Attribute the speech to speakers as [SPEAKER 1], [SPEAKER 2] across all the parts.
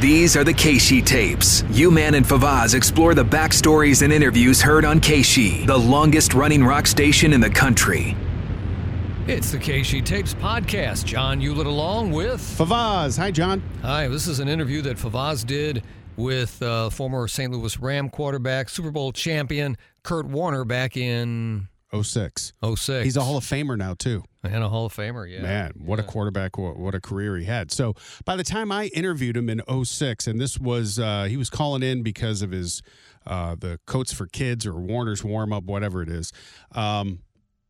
[SPEAKER 1] These are the Keishi tapes. You Man and Favaz explore the backstories and interviews heard on Keishi, the longest running rock station in the country.
[SPEAKER 2] It's the KC Tapes podcast. John Hewlett along with.
[SPEAKER 3] Favaz. Hi, John.
[SPEAKER 2] Hi, this is an interview that Favaz did with uh, former St. Louis Ram quarterback, Super Bowl champion Kurt Warner back in
[SPEAKER 3] 06.
[SPEAKER 2] 06.
[SPEAKER 3] He's a Hall of Famer now, too.
[SPEAKER 2] and a Hall of Famer, yeah.
[SPEAKER 3] Man, what a quarterback, what, what a career he had. So by the time I interviewed him in 06, and this was, uh, he was calling in because of his, uh, the Coats for Kids or Warner's warm up, whatever it is. Um,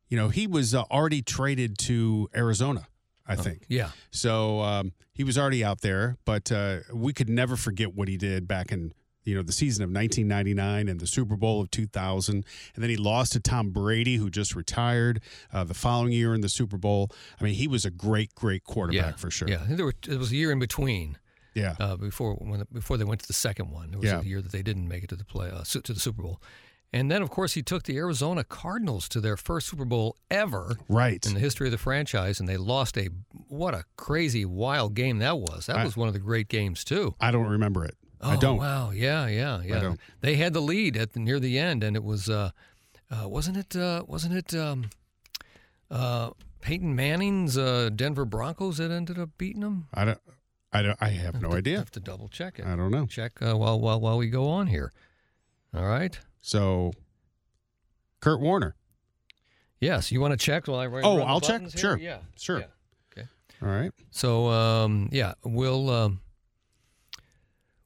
[SPEAKER 3] you know, he was uh, already traded to Arizona, I think.
[SPEAKER 2] Yeah.
[SPEAKER 3] So um, he was already out there, but uh, we could never forget what he did back in you know the season of 1999 and the Super Bowl of 2000, and then he lost to Tom Brady, who just retired uh, the following year in the Super Bowl. I mean, he was a great, great quarterback
[SPEAKER 2] yeah.
[SPEAKER 3] for sure.
[SPEAKER 2] Yeah. I think there were, it was a year in between
[SPEAKER 3] yeah.
[SPEAKER 2] uh, before when before they went to the second one. There was
[SPEAKER 3] Yeah.
[SPEAKER 2] a year that they didn't make it to the play uh, su- to the Super Bowl. And then, of course, he took the Arizona Cardinals to their first Super Bowl ever
[SPEAKER 3] right.
[SPEAKER 2] in the history of the franchise, and they lost a what a crazy, wild game that was. That
[SPEAKER 3] I-
[SPEAKER 2] was one of the great games too.
[SPEAKER 3] I don't remember it. I
[SPEAKER 2] Oh,
[SPEAKER 3] don't.
[SPEAKER 2] Wow. Yeah. Yeah. Yeah.
[SPEAKER 3] don't.
[SPEAKER 2] They had the lead at the, near the end, and it was uh, uh, wasn't it uh, wasn't it um, uh, Peyton Manning's uh, Denver Broncos that ended up beating them?
[SPEAKER 3] I don't. I don't. I have no idea.
[SPEAKER 2] Have to double check it.
[SPEAKER 3] I don't know.
[SPEAKER 2] Check uh, while while while we go on here. All right.
[SPEAKER 3] So, Kurt Warner.
[SPEAKER 2] Yes. You want to check while I write?
[SPEAKER 3] Oh,
[SPEAKER 2] run the
[SPEAKER 3] I'll check.
[SPEAKER 2] buttons here?
[SPEAKER 3] Sure.
[SPEAKER 2] Yeah.
[SPEAKER 3] Sure.
[SPEAKER 2] Yeah.
[SPEAKER 3] All right.
[SPEAKER 2] So um, yeah, we'll um,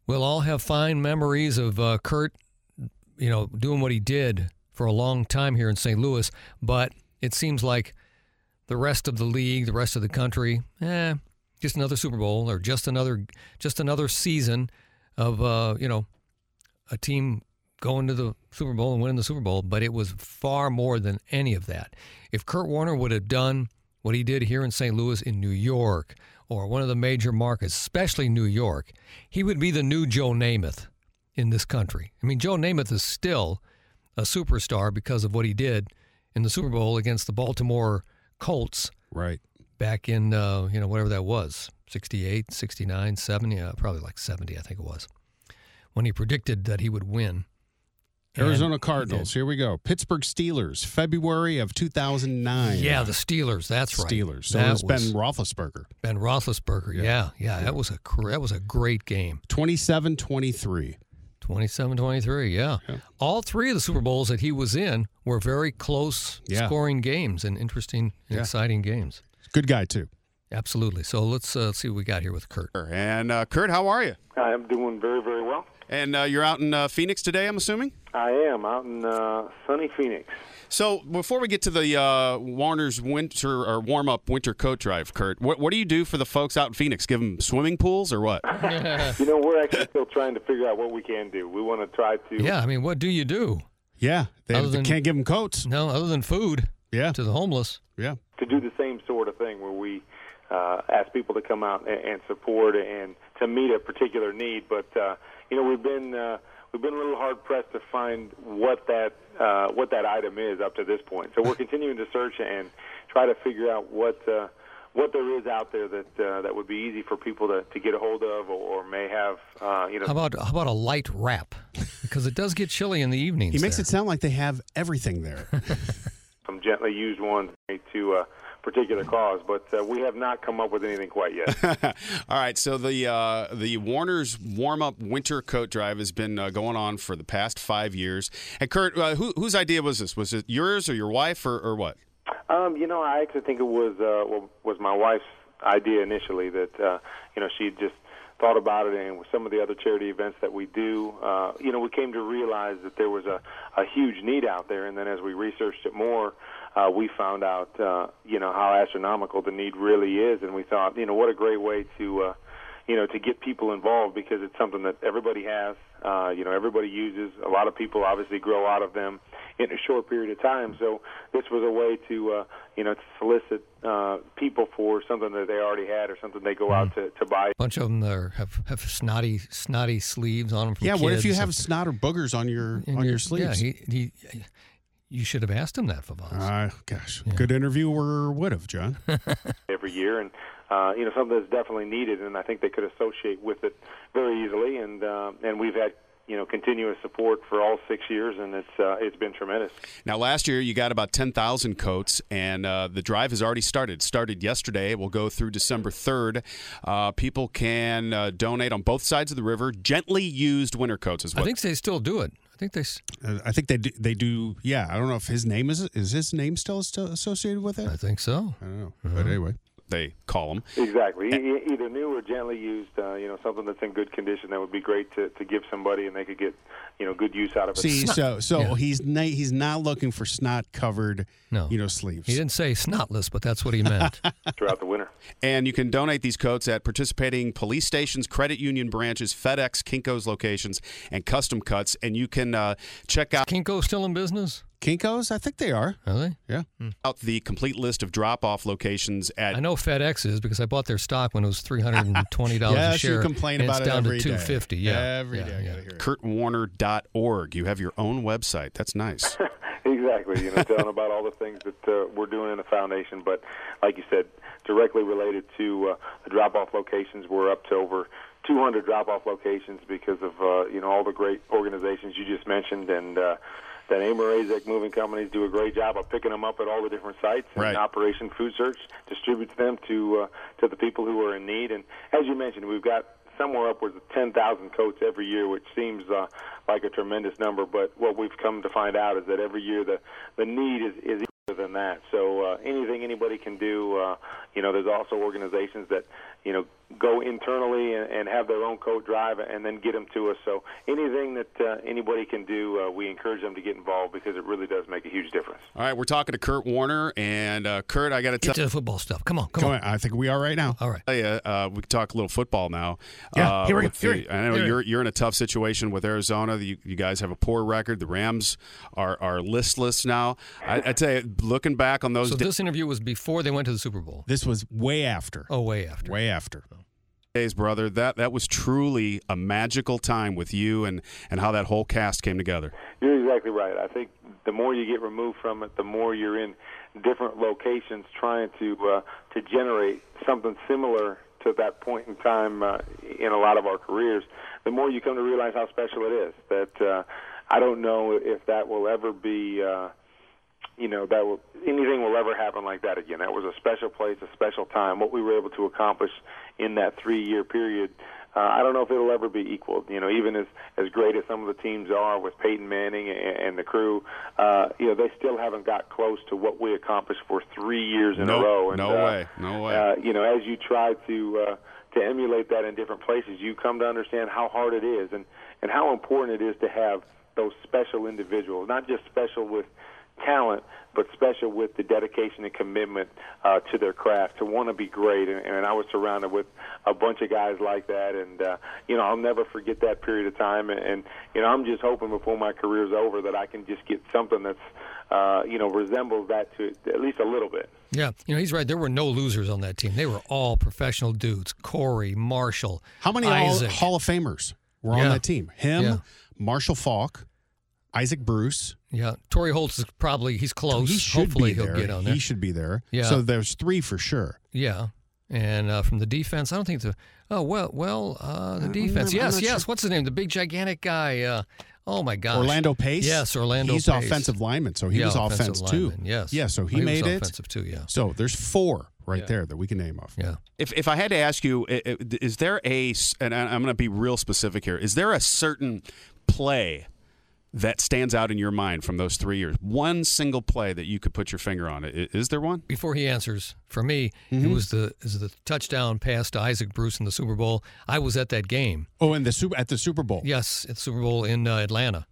[SPEAKER 2] we'll all have fine memories of uh, Kurt, you know, doing what he did for a long time here in St. Louis. But it seems like the rest of the league, the rest of the country, eh, just another Super Bowl or just another just another season of uh, you know a team going to the Super Bowl and winning the Super Bowl, but it was far more than any of that. If Kurt Warner would have done what he did here in St. Louis in New York or one of the major markets, especially New York, he would be the new Joe Namath in this country. I mean, Joe Namath is still a superstar because of what he did in the Super Bowl against the Baltimore Colts
[SPEAKER 3] Right.
[SPEAKER 2] back in uh, you know whatever that was 68 69 70 uh, probably like 70 i think it was when he predicted that he would win And-
[SPEAKER 3] Arizona Cardinals. Here we go. Pittsburgh Steelers, February of 2009.
[SPEAKER 2] yeah the steelers that's right
[SPEAKER 3] Steelers. So
[SPEAKER 2] that
[SPEAKER 3] it's
[SPEAKER 2] was
[SPEAKER 3] Ben Roethlisberger.
[SPEAKER 2] ben roethlisberger yeah. yeah that was a cr- that was a great game
[SPEAKER 3] 27 23.
[SPEAKER 2] 27-23 yeah. all three of the super bowls that he was in were very close
[SPEAKER 3] Yeah.
[SPEAKER 2] scoring games and interesting and
[SPEAKER 3] Yeah.
[SPEAKER 2] exciting games
[SPEAKER 3] Good guy, too.
[SPEAKER 2] absolutely so let's uh, see what we got here with kurt
[SPEAKER 3] And uh, Kurt, how are you?
[SPEAKER 4] I am doing very, very well.
[SPEAKER 3] And uh, you're out in uh, Phoenix today, I'm assuming?
[SPEAKER 4] I am out in uh, sunny Phoenix.
[SPEAKER 3] So before we get to the uh, Warner's winter or warm up winter coat drive, Kurt, what, what do you do for the folks out in Phoenix? Give them swimming pools or what?
[SPEAKER 4] You know, we're actually still trying to figure out what we can do. We want to try to.
[SPEAKER 2] yeah i mean what do you do
[SPEAKER 3] yeah, they,
[SPEAKER 2] Other
[SPEAKER 3] they
[SPEAKER 2] than-
[SPEAKER 3] can't give them coats.
[SPEAKER 2] no other than food
[SPEAKER 3] Yeah,
[SPEAKER 2] to the homeless
[SPEAKER 3] yeah.
[SPEAKER 4] to do the same sort of thing where we uh, ask people to come out and, and support and to meet a particular need. But uh, you know, we've been uh, we've been a little hard pressed to find what that uh, what that item is up to this point. So we're continuing to search and try to figure out what. Uh, what there is out there that uh, that would be easy for people to, to get a hold of, or, or may have, uh, you know,
[SPEAKER 2] How about how about a light wrap? Because it does get chilly in the evenings.
[SPEAKER 3] He makes
[SPEAKER 2] there.
[SPEAKER 3] it sound like they have everything there.
[SPEAKER 4] some gently used ones made to a particular cause. But uh, we have not come up with anything quite yet.
[SPEAKER 5] All right, so the uh, the Warner's warm up winter coat drive has been uh, going on for the past five years. And Kurt, uh, who, whose idea was this? Was it yours or your wife or, or what?
[SPEAKER 4] Um, you know, I actually think it was uh, well, was my wife's idea initially that uh, you know she just thought about it, and with some of the other charity events that we do, uh, you know, we came to realize that there was a, a huge need out there, and then as we researched it more, uh, we found out uh, you know how astronomical the need really is, and we thought you know what a great way to uh, you know to get people involved because it's something that everybody has uh, you know everybody uses a lot of people obviously grow out of them in a short period of time so this was a way to uh, you know to solicit uh, people for something that they already had or something they go out to, to buy
[SPEAKER 2] A bunch of them are, have have snotty snotty sleeves on them. From
[SPEAKER 3] yeah, what if
[SPEAKER 2] kids
[SPEAKER 3] you
[SPEAKER 2] and-
[SPEAKER 3] have snot or boogers on your
[SPEAKER 2] and
[SPEAKER 3] on your
[SPEAKER 2] you're-
[SPEAKER 3] sleeves?
[SPEAKER 2] Yeah, he, he, you should have asked him that, Favaz.
[SPEAKER 3] Ah, gosh, good interviewer would have, John.
[SPEAKER 4] every year and uh, you know, something that's definitely needed, and I think they could associate with it very easily. And uh, and we've had you know continuous support for all six years, and it's uh, it's been tremendous.
[SPEAKER 3] Now, last year you got about 10,000 coats, and uh, the drive has already started. Started yesterday. It will go through December 3rd. Uh, people can uh, donate on both sides of the river. Gently used winter coats is
[SPEAKER 2] I
[SPEAKER 3] what.
[SPEAKER 2] think they still do it. I think they. s-
[SPEAKER 6] Uh, I think they do, they do. Yeah, I don't know if his name is is his name still, still associated with it.
[SPEAKER 2] I think so.
[SPEAKER 6] I don't know, but anyway,
[SPEAKER 3] Uh-huh. they call them.
[SPEAKER 4] Exactly. E- e- Either new or gently used, uh, you know, something that's in good condition that would be great to, to give somebody and they could get, you know, good use out of it.
[SPEAKER 6] see, so so
[SPEAKER 2] Yeah.
[SPEAKER 6] he's na- he's not looking for snot covered,
[SPEAKER 2] No.
[SPEAKER 6] you know, sleeves.
[SPEAKER 2] He didn't say snotless, but that's what he meant.
[SPEAKER 4] throughout the winter.
[SPEAKER 3] And you can donate these coats at participating police stations, credit union branches, FedEx, Kinko's locations, and Custom Cuts. And you can uh, check out
[SPEAKER 2] Kinko still in business?
[SPEAKER 6] Kinkos, I think they are.
[SPEAKER 2] Are they?
[SPEAKER 6] Yeah,
[SPEAKER 3] the complete list of drop off locations
[SPEAKER 2] I
[SPEAKER 3] at.
[SPEAKER 2] know FedEx is because I bought their stock when it was three hundred and twenty dollars a
[SPEAKER 6] yes,
[SPEAKER 2] share.
[SPEAKER 6] you complain
[SPEAKER 2] and
[SPEAKER 6] about
[SPEAKER 2] it's
[SPEAKER 6] it
[SPEAKER 2] down
[SPEAKER 6] every
[SPEAKER 2] to
[SPEAKER 6] day.
[SPEAKER 2] two fifty. Yeah,
[SPEAKER 6] every
[SPEAKER 2] yeah,
[SPEAKER 6] day I
[SPEAKER 2] yeah.
[SPEAKER 6] gotta hear it.
[SPEAKER 3] KurtWarner.org. You have your own website. That's nice.
[SPEAKER 4] Exactly. You know, telling about all the things that uh, we're doing in the foundation. But like you said, directly related to uh, the drop-off locations, we're up to over 200 drop-off locations because of, uh, you know, all the great organizations you just mentioned. And uh, the Amorazek Moving Companies do a great job of picking them up at all the different sites. And
[SPEAKER 3] Right.
[SPEAKER 4] Operation Food Search distributes them to, uh, to the people who are in need. And as you mentioned, we've got somewhere upwards of 10,000 coats every year, which seems uh, like a tremendous number. But what we've come to find out is that every year the, the need is, is equal than that. So uh, anything anybody can do, uh, you know, there's also organizations that, you know, go internally and, and have their own coat drive and then get them to us. So anything that uh, anybody can do, uh, we encourage them to get involved because it really does make a huge difference.
[SPEAKER 3] All right, we're talking to Kurt Warner. And uh, Kurt, I got to tell
[SPEAKER 2] Get to the football stuff. Come on, come,
[SPEAKER 6] Come
[SPEAKER 2] on.
[SPEAKER 6] on, I think we are right now.
[SPEAKER 2] All right.
[SPEAKER 3] tell you, uh, we can talk a little football now.
[SPEAKER 6] Yeah,
[SPEAKER 3] uh,
[SPEAKER 6] here we go,
[SPEAKER 3] with
[SPEAKER 6] here
[SPEAKER 3] the-
[SPEAKER 6] we-
[SPEAKER 3] I know
[SPEAKER 6] here we
[SPEAKER 3] you're you're in a tough situation with Arizona. You, you guys have a poor record. The Rams are are listless now. I, I tell you, looking back on those
[SPEAKER 2] So this interview was before they went to the Super Bowl.
[SPEAKER 6] This was way after,
[SPEAKER 2] Oh, way after.
[SPEAKER 6] way after.
[SPEAKER 3] days, brother, that that was truly a magical time with you and and how that whole cast came together.
[SPEAKER 4] You're exactly right. I think the more you get removed from it, the more you're in different locations trying to uh, to generate something similar to that point in time uh, in a lot of our careers. The more you come to realize how special it is. That uh, I don't know if that will ever be. Uh, you know that will, anything will ever happen like that again. That was a special place, a special time. What we were able to accomplish in that three-year period, uh, I don't know if it'll ever be equaled. You know, even as as great as some of the teams are with Peyton Manning and, and the crew, uh, you know they still haven't got close to what we accomplished for three years in
[SPEAKER 3] Nope.
[SPEAKER 4] a row. And,
[SPEAKER 3] No
[SPEAKER 4] uh,
[SPEAKER 3] way. No way.
[SPEAKER 4] Uh, you know, as you try to uh, to emulate that in different places, you come to understand how hard it is and and how important it is to have those special individuals, not just special with talent, but special with the dedication and commitment uh, to their craft, to want to be great. And, and I was surrounded with a bunch of guys like that, and uh, you know I'll never forget that period of time. And, and you know I'm just hoping before my career's over that I can just get something that's uh, you know resembles that to at least a little bit.
[SPEAKER 2] Yeah, you know he's right. There were no losers on that team. They were all professional dudes. Corey, Marshall,
[SPEAKER 6] How many all,
[SPEAKER 2] Isaac,
[SPEAKER 6] Hall of Famers were on
[SPEAKER 2] Yeah.
[SPEAKER 6] that team? Him,
[SPEAKER 2] Yeah.
[SPEAKER 6] Marshall Falk, Isaac Bruce.
[SPEAKER 2] yeah, Torrey Holtz is probably he's close.
[SPEAKER 6] he should
[SPEAKER 2] Oh, Hopefully
[SPEAKER 6] be
[SPEAKER 2] he'll
[SPEAKER 6] there.
[SPEAKER 2] get on there.
[SPEAKER 6] He should be there.
[SPEAKER 2] Yeah.
[SPEAKER 6] So there's three for sure.
[SPEAKER 2] yeah, and uh, from the defense, I don't think the oh well well uh, the defense.
[SPEAKER 6] I'm
[SPEAKER 2] yes,
[SPEAKER 6] not
[SPEAKER 2] yes. What's his name? The big gigantic guy. Uh, oh my gosh,
[SPEAKER 6] Orlando Pace.
[SPEAKER 2] Yes, Orlando.
[SPEAKER 6] He's
[SPEAKER 2] Pace.
[SPEAKER 6] offensive lineman, so he
[SPEAKER 2] Yeah,
[SPEAKER 6] was
[SPEAKER 2] offensive
[SPEAKER 6] offense too.
[SPEAKER 2] lineman, Yes.
[SPEAKER 6] Yeah. So he,
[SPEAKER 2] was
[SPEAKER 6] made it.
[SPEAKER 2] Offensive too. Yeah.
[SPEAKER 6] So there's four right
[SPEAKER 2] Yeah.
[SPEAKER 6] there that we can name off.
[SPEAKER 2] Yeah.
[SPEAKER 3] If, if I had to ask you, i- i- is there a, s- and I- I'm going to be real specific here, is there a certain play that stands out in your mind from those three years? One single play that you could put your finger on? I- Is there one?
[SPEAKER 2] before he answers, for me,
[SPEAKER 6] Mm-hmm.
[SPEAKER 2] it was the it was the touchdown pass to Isaac Bruce in the Super Bowl. I was at that game.
[SPEAKER 6] Oh, and the super, at the Super Bowl.
[SPEAKER 2] Yes, at the Super Bowl in uh, Atlanta,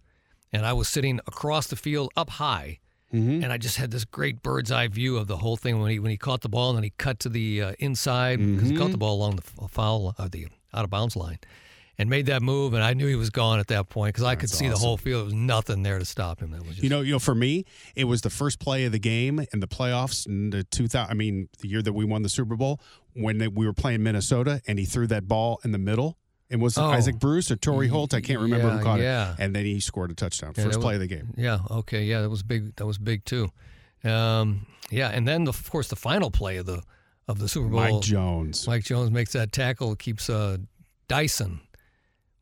[SPEAKER 2] and I was sitting across the field, up high,
[SPEAKER 6] Mm-hmm.
[SPEAKER 2] and I just had this great bird's eye view of the whole thing when he when he caught the ball and then he cut to the uh, inside because he caught
[SPEAKER 6] Mm-hmm.
[SPEAKER 2] the ball along the f- foul uh, the out of bounds line. And made that move, and I knew he was gone at that point because I could see the whole field. There was nothing there to stop him. That was just,
[SPEAKER 6] You know, you know, for me, it was the first play of the game in the playoffs in the 2000. I mean, the year that we won the Super Bowl when they- we were playing Minnesota, and he threw that ball in the middle. And was it
[SPEAKER 2] Oh.
[SPEAKER 6] Isaac Bruce or Torrey Holt? I can't remember
[SPEAKER 2] Yeah,
[SPEAKER 6] who caught
[SPEAKER 2] yeah.
[SPEAKER 6] it. And then he scored a touchdown.
[SPEAKER 2] Yeah,
[SPEAKER 6] first
[SPEAKER 2] that
[SPEAKER 6] play
[SPEAKER 2] was-
[SPEAKER 6] of the game.
[SPEAKER 2] Yeah. Okay. Yeah, that was big. That was big too. Um, yeah, and then the, of course the final play of the of the Super Bowl.
[SPEAKER 6] Mike Jones.
[SPEAKER 2] Mike Jones makes that tackle, keeps uh, Dyson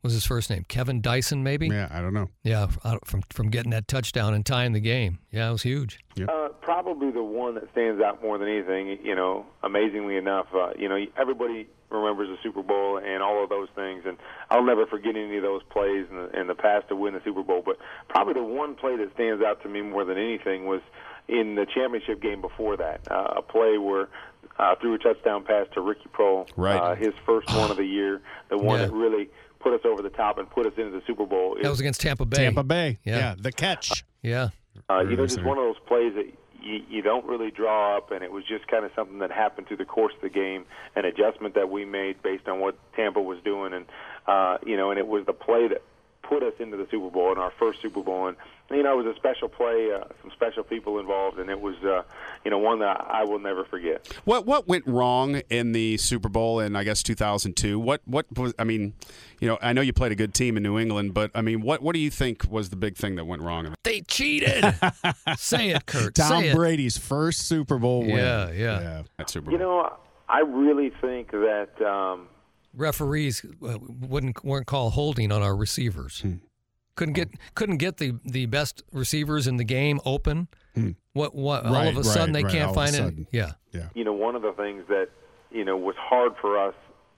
[SPEAKER 2] was his first name, Kevin Dyson, maybe.
[SPEAKER 6] Yeah, I don't know.
[SPEAKER 2] Yeah, f- out- from from getting that touchdown and tying the game. Yeah, it was huge.
[SPEAKER 4] Uh, probably the one that stands out more than anything, you know, amazingly enough, uh, you know, everybody remembers the Super Bowl and all of those things, and I'll never forget any of those plays in the, in the past to win the Super Bowl. But probably the one play that stands out to me more than anything was in the championship game befefore that, uh, a play where uh, threw a touchdown pass to Ricky Prohl,
[SPEAKER 3] Right.
[SPEAKER 4] uh, his first one of the year, the one
[SPEAKER 2] Yeah.
[SPEAKER 4] that really put us over the top and put us into the Super Bowl. It
[SPEAKER 2] That was against Tampa Bay.
[SPEAKER 6] Tampa Bay.
[SPEAKER 2] Yeah.
[SPEAKER 6] Yeah. the catch.
[SPEAKER 2] Yeah,
[SPEAKER 4] uh, you know,
[SPEAKER 6] Very
[SPEAKER 4] just
[SPEAKER 6] sorry.
[SPEAKER 4] one of those plays that you, you don't really draw up, and it was just kind of something that happened through the course of the game, an adjustment that we made based on what Tampa was doing, and uh, you know, and it was the play that put us into the Super Bowl and our first Super Bowl, and you know, it was a special play, uh, some special people involved, and it was, uh, you know, one that I will never forget.
[SPEAKER 3] What what went wrong in the Super Bowl in I guess 2002? What what was I mean, you know, I know you played a good team in New England, but I mean, what what do you think was the big thing that went wrong?
[SPEAKER 2] they cheated. Say it, Kurt.
[SPEAKER 6] Tom
[SPEAKER 2] Say it.
[SPEAKER 6] Brady's first Super Bowl win.
[SPEAKER 2] Yeah, yeah.
[SPEAKER 3] At Super Bowl.
[SPEAKER 4] You know, I really think that. Um,
[SPEAKER 2] Referees uh, wouldn't weren't call holding on our receivers.
[SPEAKER 6] Hmm.
[SPEAKER 2] Couldn't get couldn't get the, the best receivers in the game open. What what? all
[SPEAKER 6] Hmm. Right,
[SPEAKER 2] of a
[SPEAKER 6] right,
[SPEAKER 2] sudden they
[SPEAKER 6] right,
[SPEAKER 2] can't
[SPEAKER 6] all of a
[SPEAKER 2] find it.
[SPEAKER 6] sudden.
[SPEAKER 2] Yeah,
[SPEAKER 6] Yeah.
[SPEAKER 4] you know, one of the things that, you know, was hard for us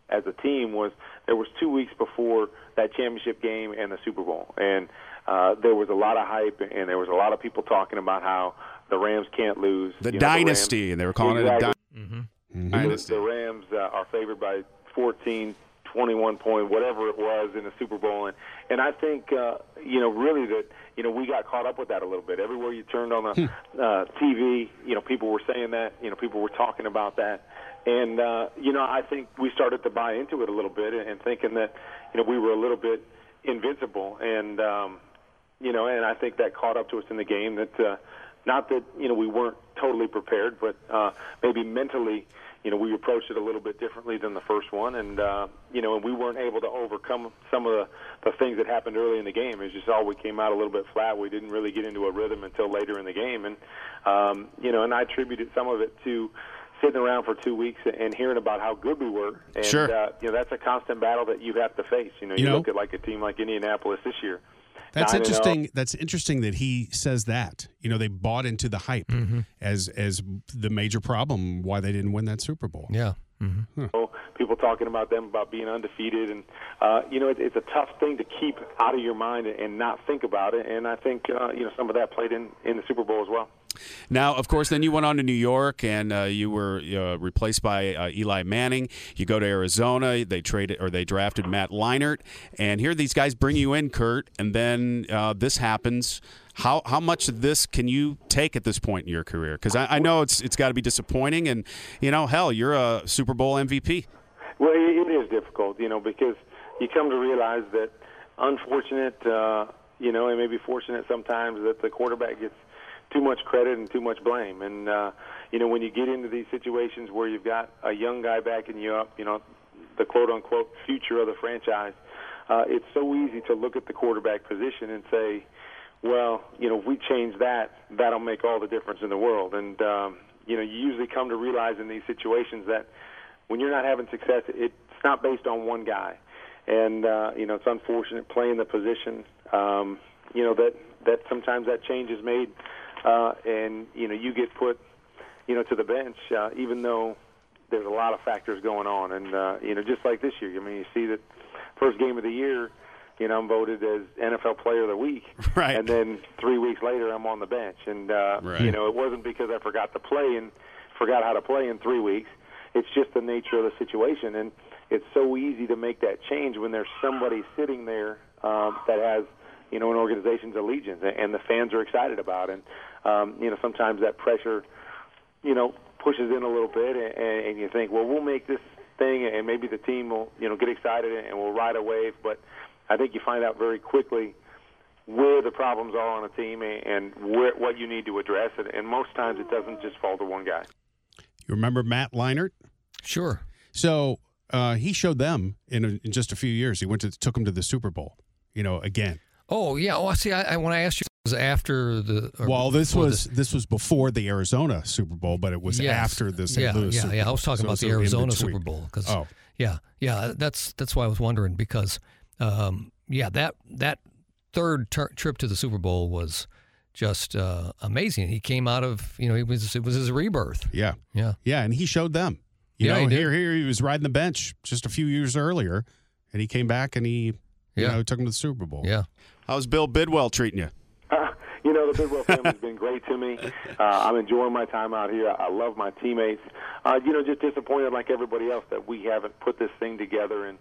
[SPEAKER 4] as a team was there was two weeks before that championship game and the Super Bowl. And uh, there was a lot of hype and there was a lot of people talking about how the Rams can't lose.
[SPEAKER 3] the
[SPEAKER 4] You know, Rams- Mm-hmm.
[SPEAKER 3] dynasty, and they were calling
[SPEAKER 4] Exactly.
[SPEAKER 3] it a dy-
[SPEAKER 4] The-
[SPEAKER 3] dynasty.
[SPEAKER 4] The Rams uh, are favored by 14, 21 point, whatever it was in the Super Bowl, and and I think uh, you know really that you know we got caught up with that a little bit. Everywhere you turned on the uh, TV, you know people were saying that, you know people were talking about that, and uh, you know I think we started to buy into it a little bit and, and thinking that you know we were a little bit invincible and. Um, you know, and I think that caught up to us in the game. That uh, not that you know we weren't totally prepared, but uh, maybe mentally, you know, we approached it a little bit differently than the first one, and uh, you know, and we weren't able to overcome some of the, the things that happened early in the game. It's just all we came out a little bit flat. We didn't really get into a rhythm until later in the game, and um, you know, and I attributed some of it to sitting around for two weeks and hearing about how good we were. And,
[SPEAKER 3] Sure.
[SPEAKER 4] Uh, you know, that's a constant battle that you have to face. You know,
[SPEAKER 6] You
[SPEAKER 4] you,
[SPEAKER 6] know-
[SPEAKER 4] look at like a team like Indianapolis this year.
[SPEAKER 6] That's
[SPEAKER 4] Nine and oh.
[SPEAKER 6] interesting. That's interesting that he says that. You know, they bought into the hype
[SPEAKER 2] Mm-hmm.
[SPEAKER 6] as as the major problem why they didn't win that Super Bowl.
[SPEAKER 2] yeah. hmm
[SPEAKER 4] know, oh, people talking about them about being undefeated, and uh, you know it, it's a tough thing to keep out of your mind and not think about it. And I think uh, you know some of that played in in the Super Bowl as well.
[SPEAKER 3] Now, of course, then you went on to New York, and uh, you were uh, replaced by uh, Eli Manning. You go to Arizona. They traded or they drafted Matt Leinart, and here these guys bring you in, Kurt, and then uh, this happens. How how much of this can you take at this point in your career? Because I, I know it's it's got to be disappointing, and you know, hell, you're a Super Bowl MVP.
[SPEAKER 4] Well, it, it is difficult, you know, because you come to realize that unfortunate, uh, you know, and maybe fortunate sometimes that the quarterback gets too much credit and too much blame. And uh, you know, when you get into these situations where you've got a young guy backing you up, you know, the quote unquote future of the franchise, uh, it's so easy to look at the quarterback position and say, well, you know, if we change that, that'll make all the difference in the world. And um, you know, you usually come to realize in these situations that when you're not having success, it's not based on one guy. And uh, you know, it's unfortunate playing the position. Um, you know that that sometimes that change is made, uh, and you know you get put, you know, to the bench, uh, even though there's a lot of factors going on. And uh, you know, just like this year, I mean, you see that first game of the year. You know, I'm voted as NFL Player of the Week,
[SPEAKER 3] Right.
[SPEAKER 4] and then three weeks later, I'm on the bench, and uh,
[SPEAKER 3] Right.
[SPEAKER 4] you know, it wasn't because I forgot to play and forgot how to play in three weeks. It's just the nature of the situation, and it's so easy to make that change when there's somebody sitting there um, that has, you know, an organization's allegiance, and, and the fans are excited about. it. And um, you know, sometimes that pressure, you know, pushes in a little bit, and, and, and you think, well, we'll make this thing, and maybe the team will, you know, get excited and will ride a wave. But I think you find out very quickly where the problems are on a team and where, what you need to address. And, and most times it doesn't just fall to one guy.
[SPEAKER 6] You remember Matt Leinart?
[SPEAKER 2] Sure.
[SPEAKER 6] So uh, he showed them in, a, in just a few years. He went to took them to the Super Bowl. You know, again.
[SPEAKER 2] Oh yeah. Oh, I see. I, I when I asked you was after the. or
[SPEAKER 6] Well, this
[SPEAKER 2] before
[SPEAKER 6] was this was before the Arizona Super Bowl, but it was
[SPEAKER 2] Yes.
[SPEAKER 6] after the St.
[SPEAKER 2] Yeah,
[SPEAKER 6] Louis.
[SPEAKER 2] yeah,
[SPEAKER 6] Super
[SPEAKER 2] yeah. I
[SPEAKER 6] Bowl.
[SPEAKER 2] was talking
[SPEAKER 6] So-
[SPEAKER 2] about
[SPEAKER 6] so
[SPEAKER 2] the
[SPEAKER 6] in
[SPEAKER 2] Arizona
[SPEAKER 6] between.
[SPEAKER 2] Super Bowl because
[SPEAKER 6] Oh,
[SPEAKER 2] yeah, yeah. That's that's why I was wondering because um, yeah, that that third tur trip to the Super Bowl was just uh, amazing. He came out of you know it was it was his rebirth.
[SPEAKER 6] yeah,
[SPEAKER 2] Yeah,
[SPEAKER 6] yeah, and he showed them. You
[SPEAKER 2] Yeah, he
[SPEAKER 6] know,
[SPEAKER 2] did.
[SPEAKER 6] here here he was riding the bench just a few years earlier, and he came back and he, you
[SPEAKER 2] Yeah.
[SPEAKER 6] know, took him to the Super Bowl.
[SPEAKER 2] yeah.
[SPEAKER 3] How's Bill Bidwell treating you?
[SPEAKER 4] you know, the Bidwell family's been great to me. Uh, I'm enjoying my time out here. I love my teammates. Uh, you know, just disappointed like everybody else that we haven't put this thing together and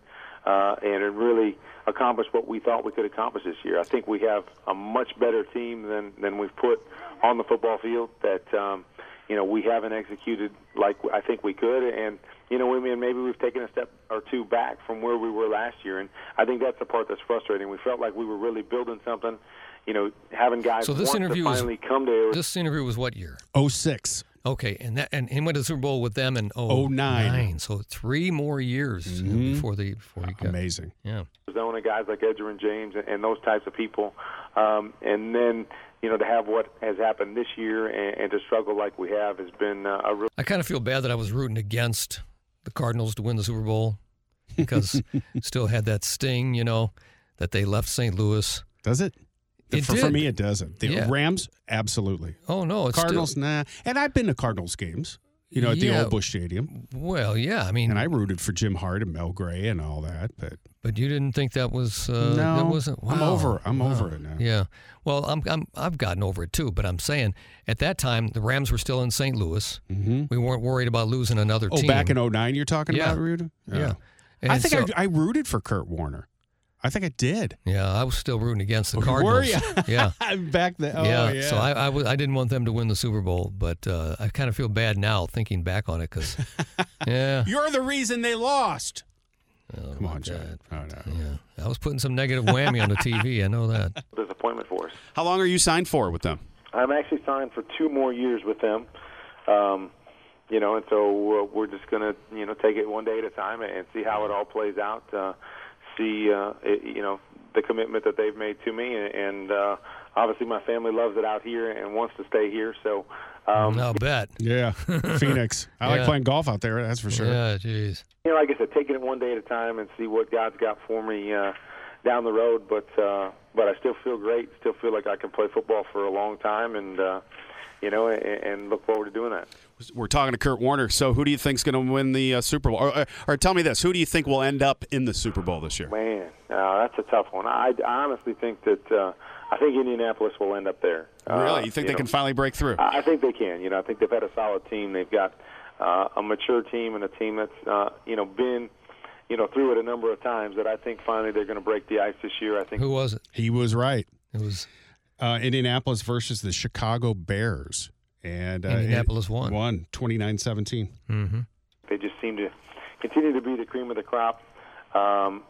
[SPEAKER 4] uh, and really accomplished what we thought we could accomplish this year. I think we have a much better team than than we've put on the football field. That um, you know we haven't executed like I think we could, and you know, I mean, maybe we've taken a step or two back from where we were last year, and I think that's the part that's frustrating. We felt like we were really building something, you know, having guys
[SPEAKER 2] So this
[SPEAKER 4] want
[SPEAKER 2] interview
[SPEAKER 4] to
[SPEAKER 2] is-
[SPEAKER 4] finally come to Arizona.
[SPEAKER 2] This interview was what year?
[SPEAKER 6] 06.
[SPEAKER 2] Okay, and that and he went to the Super Bowl with them in
[SPEAKER 6] Oh,
[SPEAKER 2] 09.
[SPEAKER 6] nine. Mm-hmm.
[SPEAKER 2] So three more years before the before he got
[SPEAKER 6] Amazing.
[SPEAKER 2] yeah.
[SPEAKER 4] Arizona, guys like Edger and James and, and those types of people. Um, and then, you know, to have what has happened this year and, and to struggle like we have has been uh, a real.
[SPEAKER 2] I kind of feel bad that I was rooting against the Cardinals to win the Super Bowl because still had that sting, you know, that they left St. Louis.
[SPEAKER 6] Does it?
[SPEAKER 2] It
[SPEAKER 6] for, for
[SPEAKER 2] did.
[SPEAKER 6] me, it doesn't. The
[SPEAKER 2] Yeah.
[SPEAKER 6] Rams, absolutely.
[SPEAKER 2] Oh no, it's
[SPEAKER 6] Cardinals,
[SPEAKER 2] Still,
[SPEAKER 6] nah. And I've been to Cardinals games, you know, at the
[SPEAKER 2] Yeah.
[SPEAKER 6] old Bush Stadium,
[SPEAKER 2] well, yeah, I mean,
[SPEAKER 6] and I rooted for Jim Hart and Mel Gray and all that. But
[SPEAKER 2] but you didn't think that was uh,
[SPEAKER 6] no,
[SPEAKER 2] that wasn't.
[SPEAKER 6] I'm
[SPEAKER 2] wow,
[SPEAKER 6] over. I'm
[SPEAKER 2] wow.
[SPEAKER 6] over it now.
[SPEAKER 2] Yeah, well, I'm, I'm I've gotten over it too. But I'm saying at that time the Rams were still in St. Louis. Mm-hmm. We weren't worried about losing another
[SPEAKER 6] Oh,
[SPEAKER 2] team.
[SPEAKER 6] back in 09 you're talking
[SPEAKER 2] Yeah.
[SPEAKER 6] about rooting?
[SPEAKER 2] yeah.
[SPEAKER 6] I
[SPEAKER 2] And
[SPEAKER 6] think
[SPEAKER 2] so-
[SPEAKER 6] I, I rooted for Kurt Warner. I think I did.
[SPEAKER 2] Yeah, I was still rooting against the Cardinals.
[SPEAKER 6] Were you?
[SPEAKER 2] Yeah.
[SPEAKER 6] back then. Oh, yeah.
[SPEAKER 2] So I, I, w- I didn't want them to win the Super Bowl, but uh, I kind of feel bad now thinking back on it because, yeah,
[SPEAKER 6] You're the reason they lost.
[SPEAKER 2] Oh,
[SPEAKER 6] Come on, John.
[SPEAKER 2] God.
[SPEAKER 6] Oh, no.
[SPEAKER 2] yeah, I was putting some negative whammy on the TV. I know that.
[SPEAKER 4] disappointment for us.
[SPEAKER 3] How long are you signed for with them?
[SPEAKER 4] I'm actually signed for two more years with them. Um, you know, and so uh, we're just gonna you know take it one day at a time and see how it all plays out. Uh, see, uh, it, you know, the commitment that they've made to me, and, and uh, obviously my family loves it out here and wants to stay here. So, um,
[SPEAKER 2] I'll bet.
[SPEAKER 6] Yeah. Phoenix. I like
[SPEAKER 2] Yeah.
[SPEAKER 6] playing golf out there. That's for sure.
[SPEAKER 2] Yeah, jeez.
[SPEAKER 4] you know, like I said, taking it one day at a time and see what God's got for me uh, down the road. But uh, but I still feel great. Still feel like I can play football for a long time, and uh, you know, and, and look forward to doing that.
[SPEAKER 3] We're talking to Kurt Warner. So, who do you think's going to win the uh, Super Bowl? Or, or, or tell me this: Who do you think will end up in the Super Bowl this year?
[SPEAKER 4] Man, uh, that's a tough one. I, I honestly think that uh, I think Indianapolis will end up there. Uh,
[SPEAKER 3] Really, you think they
[SPEAKER 4] know,
[SPEAKER 3] can finally break through?
[SPEAKER 4] I I think they can. You know, I think they've had a solid team. They've got uh, a mature team and a team that's uh, you know been you know through it a number of times. That I think finally they're going to break the ice this year. I think
[SPEAKER 2] Who was it?
[SPEAKER 6] He was right.
[SPEAKER 2] It was
[SPEAKER 6] Uh, Indianapolis versus the Chicago Bears. And uh,
[SPEAKER 2] Indianapolis
[SPEAKER 6] it-
[SPEAKER 2] won.
[SPEAKER 6] Won 29 17.
[SPEAKER 4] They just seem to continue to be the cream of the crop. Um,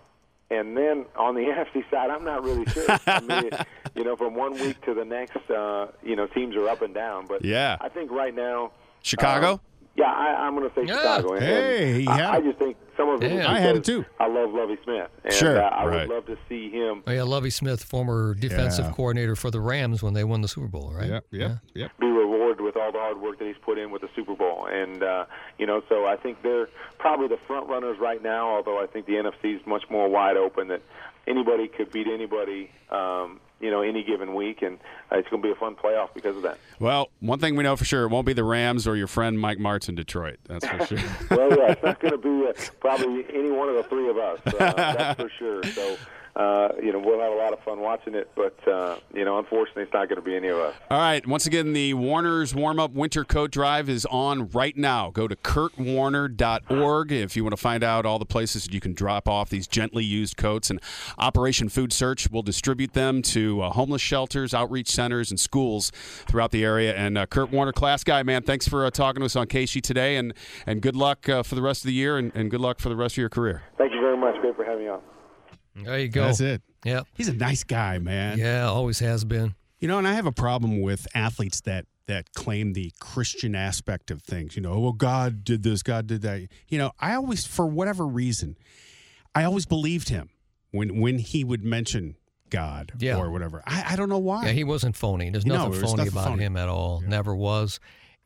[SPEAKER 4] and then on the NFC side, I'm not really sure. I mean, you know, from one week to the next, uh, you know, teams are up and down. But
[SPEAKER 3] Yeah.
[SPEAKER 4] I think right now,
[SPEAKER 3] Chicago.
[SPEAKER 4] um, yeah, I, I'm going to say
[SPEAKER 2] Yeah.
[SPEAKER 4] Chicago. And,
[SPEAKER 6] Hey, he
[SPEAKER 4] and
[SPEAKER 6] had
[SPEAKER 4] I, I
[SPEAKER 6] it.
[SPEAKER 4] just think some of it. is
[SPEAKER 2] Yeah.
[SPEAKER 6] I had it
[SPEAKER 4] because
[SPEAKER 6] too.
[SPEAKER 4] I love Lovey Smith, and
[SPEAKER 3] Sure,
[SPEAKER 4] uh, I
[SPEAKER 3] right.
[SPEAKER 4] would love to see him
[SPEAKER 2] oh, yeah, Lovey Smith, former defensive
[SPEAKER 6] Yeah.
[SPEAKER 2] coordinator for the Rams when they won the Super Bowl, right?
[SPEAKER 6] Yep. Yep.
[SPEAKER 2] Yeah.
[SPEAKER 6] Yep.
[SPEAKER 4] be rewarded with all the hard work that he's put in with the Super Bowl. And, uh, you know, so I think they're probably the front runners right now, although I think the NFC is much more wide open that anybody could beat anybody, um, you know, any given week. And uh, it's going to be a fun playoff because of that.
[SPEAKER 3] Well, one thing we know for sure: it won't be the Rams or your friend Mike Martz in Detroit. That's for sure.
[SPEAKER 4] well, yeah, it's not going to be uh, probably any one of the three of us. Uh, that's for sure. So, uh, you know, we'll have a lot of fun watching it, but, uh, you know, unfortunately, it's not going to be any of us.
[SPEAKER 3] All right. Once again, the Warner's warm up winter coat drive is on right now. Go to kurtwarner.org if you want to find out all the places that you can drop off these gently used coats. And Operation Food Search will distribute them to uh, homeless shelters, outreach centers, and schools throughout the area. And uh, Kurt Warner, class guy, man, thanks for uh, talking to us on KC today. And, and good luck uh, for the rest of the year and, and good luck for the rest of your career.
[SPEAKER 4] Thank you very much. Great for having me on.
[SPEAKER 2] There you go.
[SPEAKER 6] That's it.
[SPEAKER 2] Yep.
[SPEAKER 6] He's a nice guy, man.
[SPEAKER 2] Yeah, always has been.
[SPEAKER 6] You know, and I have a problem with athletes that that claim the Christian aspect of things. You know, well, God did this, God did that. You know, I always, for whatever reason, I always believed him when when he would mention God
[SPEAKER 2] Yeah.
[SPEAKER 6] or whatever. I, I don't know why.
[SPEAKER 2] Yeah, he wasn't phony. There's
[SPEAKER 6] No,
[SPEAKER 2] nothing
[SPEAKER 6] there's
[SPEAKER 2] phony
[SPEAKER 6] nothing
[SPEAKER 2] about
[SPEAKER 6] phony.
[SPEAKER 2] him at all. Never was.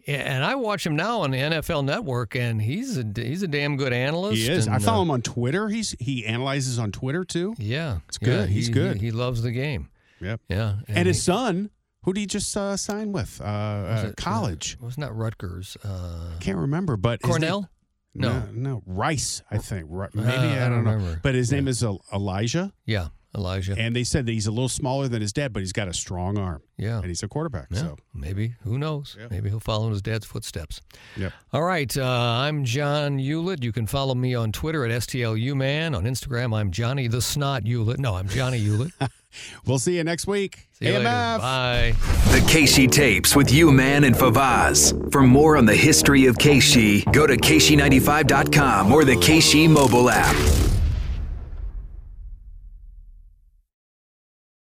[SPEAKER 2] And I watch him now on the NFL Network, and he's a he's a damn good analyst.
[SPEAKER 6] He is. I
[SPEAKER 2] and,
[SPEAKER 6] follow
[SPEAKER 2] uh,
[SPEAKER 6] him on Twitter. He's he analyzes on Twitter too.
[SPEAKER 2] Yeah,
[SPEAKER 6] It's
[SPEAKER 2] yeah,
[SPEAKER 6] good. He's
[SPEAKER 2] he-
[SPEAKER 6] good.
[SPEAKER 2] He, he loves the game.
[SPEAKER 6] Yep.
[SPEAKER 2] Yeah,
[SPEAKER 6] And, his son, who did he just uh, sign with? Uh,
[SPEAKER 2] was
[SPEAKER 6] uh,
[SPEAKER 2] it-
[SPEAKER 6] college.
[SPEAKER 2] uh, wasn't that Rutgers? Uh,
[SPEAKER 6] Can't remember, but his
[SPEAKER 2] Cornell.
[SPEAKER 6] name-
[SPEAKER 2] No. Uh,
[SPEAKER 6] no, no, Rice. I think Ri- maybe
[SPEAKER 2] I
[SPEAKER 6] I,
[SPEAKER 2] don't
[SPEAKER 6] don't know.
[SPEAKER 2] remember.
[SPEAKER 6] But his name is El- Elijah,
[SPEAKER 2] yeah, Elijah.
[SPEAKER 6] and they said that he's a little smaller than his dad, but he's got a strong arm,
[SPEAKER 2] yeah.
[SPEAKER 6] and he's a quarterback.
[SPEAKER 2] Yeah,
[SPEAKER 6] So
[SPEAKER 2] maybe who knows? Maybe he'll follow in his dad's footsteps.
[SPEAKER 6] Yep.
[SPEAKER 2] All right, uh, I'm John Hewlett. You can follow me on Twitter at stluman. On Instagram, I'm Johnny the Snot Hewlett. No, I'm Johnny Hewlett.
[SPEAKER 6] we'll see you next week.
[SPEAKER 2] See you later.
[SPEAKER 6] AMF.
[SPEAKER 2] Bye.
[SPEAKER 1] The Keishi tapes with you, man, and Favaz. For more on the history of Keishi, go to Keishi95.com or the Keishi mobile app.